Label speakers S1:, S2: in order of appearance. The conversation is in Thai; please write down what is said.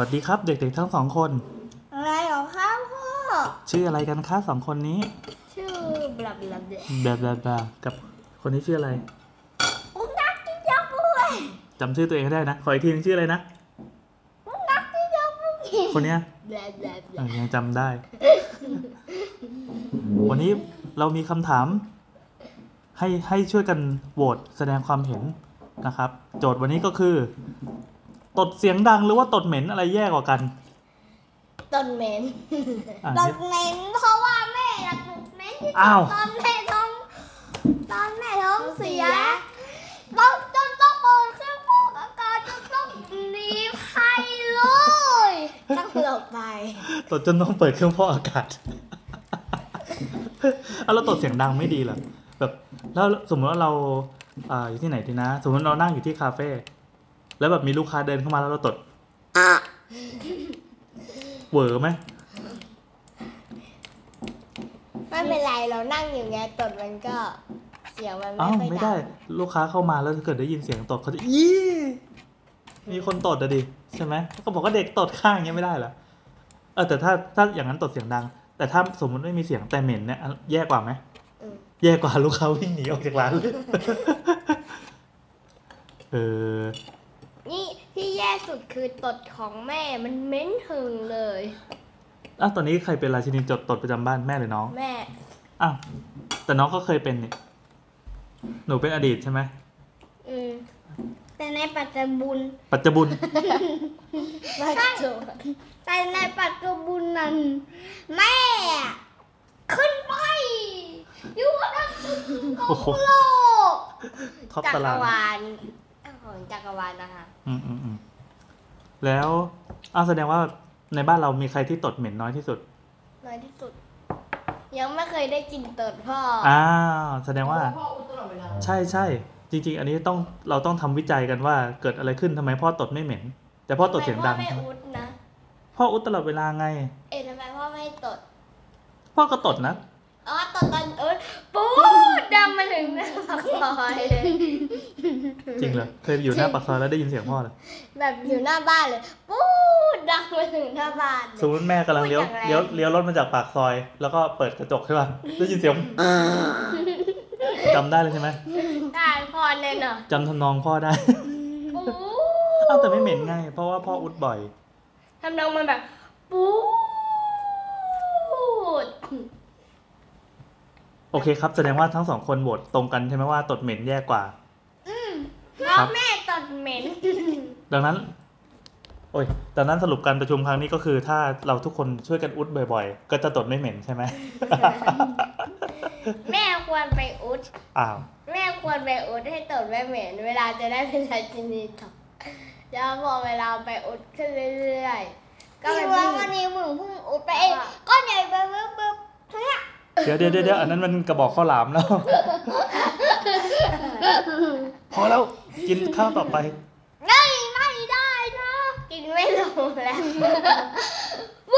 S1: วัสดีครับเด็กๆทั้งสองคน
S2: อะไรหรอครับพ่อ
S1: ชื่ออะไรกันคะสองคนนี้
S2: ชื่อ บลาบลาเด
S1: แบบแบบแบบกับคนนี้ชื่ออะไร
S2: ผมนักกินยาป่วย
S1: จำชื่อตัวเองให้ได้นะ ขออีกทีหนึงชื่ออะไรนะ
S2: ผมนักกินยาป่วย
S1: คนเนี้ย
S2: บลาบลาบ
S1: เอ
S2: ลา
S1: อยังจำได้ วันนี้เรามีคำถาม ให้ให้ช่วยกันโหวตแสดงความเห็นนะครับ โจทย์วันนี้ก็คือ ตดเสียงดังหรือว่าตดเหม็นอะไรแย่กว่ากัน
S2: ต้นเหม็น
S1: อ่ะ
S2: ต้น
S1: เนี่ย
S2: เหม็นเพราะว่าแม่น่ะต้นเหม็นที่สุด
S1: อ้าว
S2: ตอนแม่ท้องตอนแม่ท้องเสียต้องจนต้องเปิดเครื่องฟอกอากาศจนต้องหนีภัยเลยต้องหลบไป
S1: ตดจนต้องเปิดเครื่องฟอกอากาศ เอาเราตดเสียงดังไม่ดีเหรอ แบบแล้วสมมติว่าเราอ่าอยู่ที่ไหนดีนะ สมมติเรานั่งอยู่ที่คาเฟ่ แล้วแบบมีลูกค้าเดินเข้ามาแล้วเราตดเหวอไหม
S2: ไม่เป็นไรเรานั่งอยู่ไงต้นมันก็เสียงมัน
S1: อ้าว
S2: ไม่ค่อย
S1: ไม่
S2: ดั
S1: ได้
S2: ง
S1: ลูกค้าเข้ามาแล้วถ้าเกิดได้ยินเสียงตดเขาจะอีมีคนตดอะดิใช่ไหมเขาก็บอกว่าเด็กตดข้างอย่างเงี้ยไม่ได้เหรอเออแต่ถ้าถ้าอย่างนั้นตดเสียงดัง แต่ถ้าสมมติไม่มีเสียงแต่เหม็นเนี่ยอันแย่กว่าไหม
S2: อืม
S1: แย่กว่าลูกค้าวิ่งหนีออกจากร้าน เลย เออ
S2: นี่ที่แย่สุดคือตดของแม่มันเหม็นหึงเลย
S1: อ้าวตอนนี้ใครเป็นราชินีจดตดประจำบ้านแม่หรือน้อง
S2: แม่
S1: อ้าวแต่น้องก็เคยเป็นนี่หนูเป็นอดีตใช่ไหม
S2: อืมแต่ในปัจจุบัน
S1: ปัจจุบั น
S2: ปัจจุบันแต่ในปัจจุบันนั้น แม่ขึ้นไปอยู่อันดับหนึ่งข
S1: โอ้
S2: อง
S1: โห
S2: โลก
S1: ท็อป
S2: จั
S1: ตาราง
S2: วาลของจักรวาลนะคะ
S1: อืมอืมอืมแล้วอ้าวแสดงว่าในบ้านเรามีใครที่ตดเหม็นน้อยที่สุด
S2: น้อยที่สุด ยังไม่เคยได้กินตดพ่อ
S1: อ้าว แสดงว่า
S3: พ่ออุดตลอดเวลา
S1: ใช่ใช่จริง ๆ อันนี้ต้องเราต้องทำวิจัยกันว่าเกิดอะไรขึ้นทำไมพ่อตดไม่เหม็น แต่พ่อตดเสียงดัง
S2: ทำไมพ่อไม่อุดนะ
S1: พ่ออุดตลอดเวลาไง
S2: เอ๊ะทำไมพ่อไม่ตด
S1: พ่อก็ตดนะ
S2: อ๋อตอนตอนเอ้ยปูดดังมาถึงหน้าปากซอยเลย
S1: จริงเหรอเคยอยู่หน้าปากซอยแล้วได้ยินเสียงพ่อเหรอ
S2: แบบอยู่หน้าบ้านเลยปูดดังมาถึงหน้าบ้านเล
S1: สม
S2: ย
S1: มติแม่กำลังเลี้ยว
S2: พูดอย่างไร
S1: เลี้ยวเลี้ยวรถมาจากปากซอย แล้วก็เปิดกระจกใช่ป่ะได้ยินเสียงจำได้เลยใช่ไหม
S2: ได้พอแน่นอน
S1: จำทำนองพ่อได้
S2: ปูด
S1: อ้าวแต่ไม่เหม็นไงเพราะว่าพ่ออุดบ่อย
S2: ทำนองมันแบบปูด
S1: โอเคครับ แสดงว่าทั้งสองคนโหวตตรงกันใช่ไหมว่าตดเหม็นแย่กว่า
S2: พ่อ
S1: ครับ
S2: แม่ตดเหม็น
S1: ดังนั้น โอ้ยดังนั้นสรุปการประชุมครั้งนี้ก็คือ ถ้าเราทุกคนช่วยกันอุดบ่อยๆ ก็จะตดไม่เหม็นใช่ไหม
S2: แม่ควรไปอุด
S1: อ้าว
S2: แม่ควรไปอุดให้ตดไม่เหม็น เวลาจะได้เป็นราชินีตดจะพอเวลาไปอุดขึ้นเรื่อยๆ ก็
S3: ก็
S2: เป็
S3: เป็นน
S2: ผู้
S3: วันนี้มึงเพิ่งอุดไปเองก็ใหญ่ไปบึ๊บบึ๊บ
S1: เดี๋ยวเดี๋ยวเดี๋ยวเดี๋ยวอันนั้นมันกระบอกข้าวหลามแล้ว พอแล้ว กินข้าวต่อไป
S2: เฮ้ยไม่ได้นะ กินไม่ลงแล้ว